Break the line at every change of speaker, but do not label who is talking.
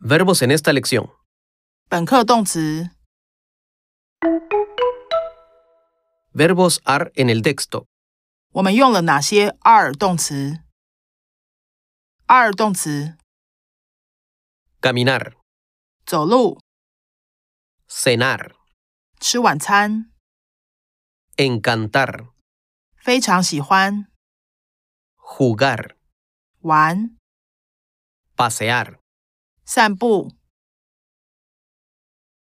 Verbos en esta lección.
本课动词
Verbos are en el texto.
我们用了哪些 are 动词？are 动词
Caminar,
走路、
cenar,
吃晚餐、
encantar,
非常喜欢、
jugar,
玩、
pasear,
散步、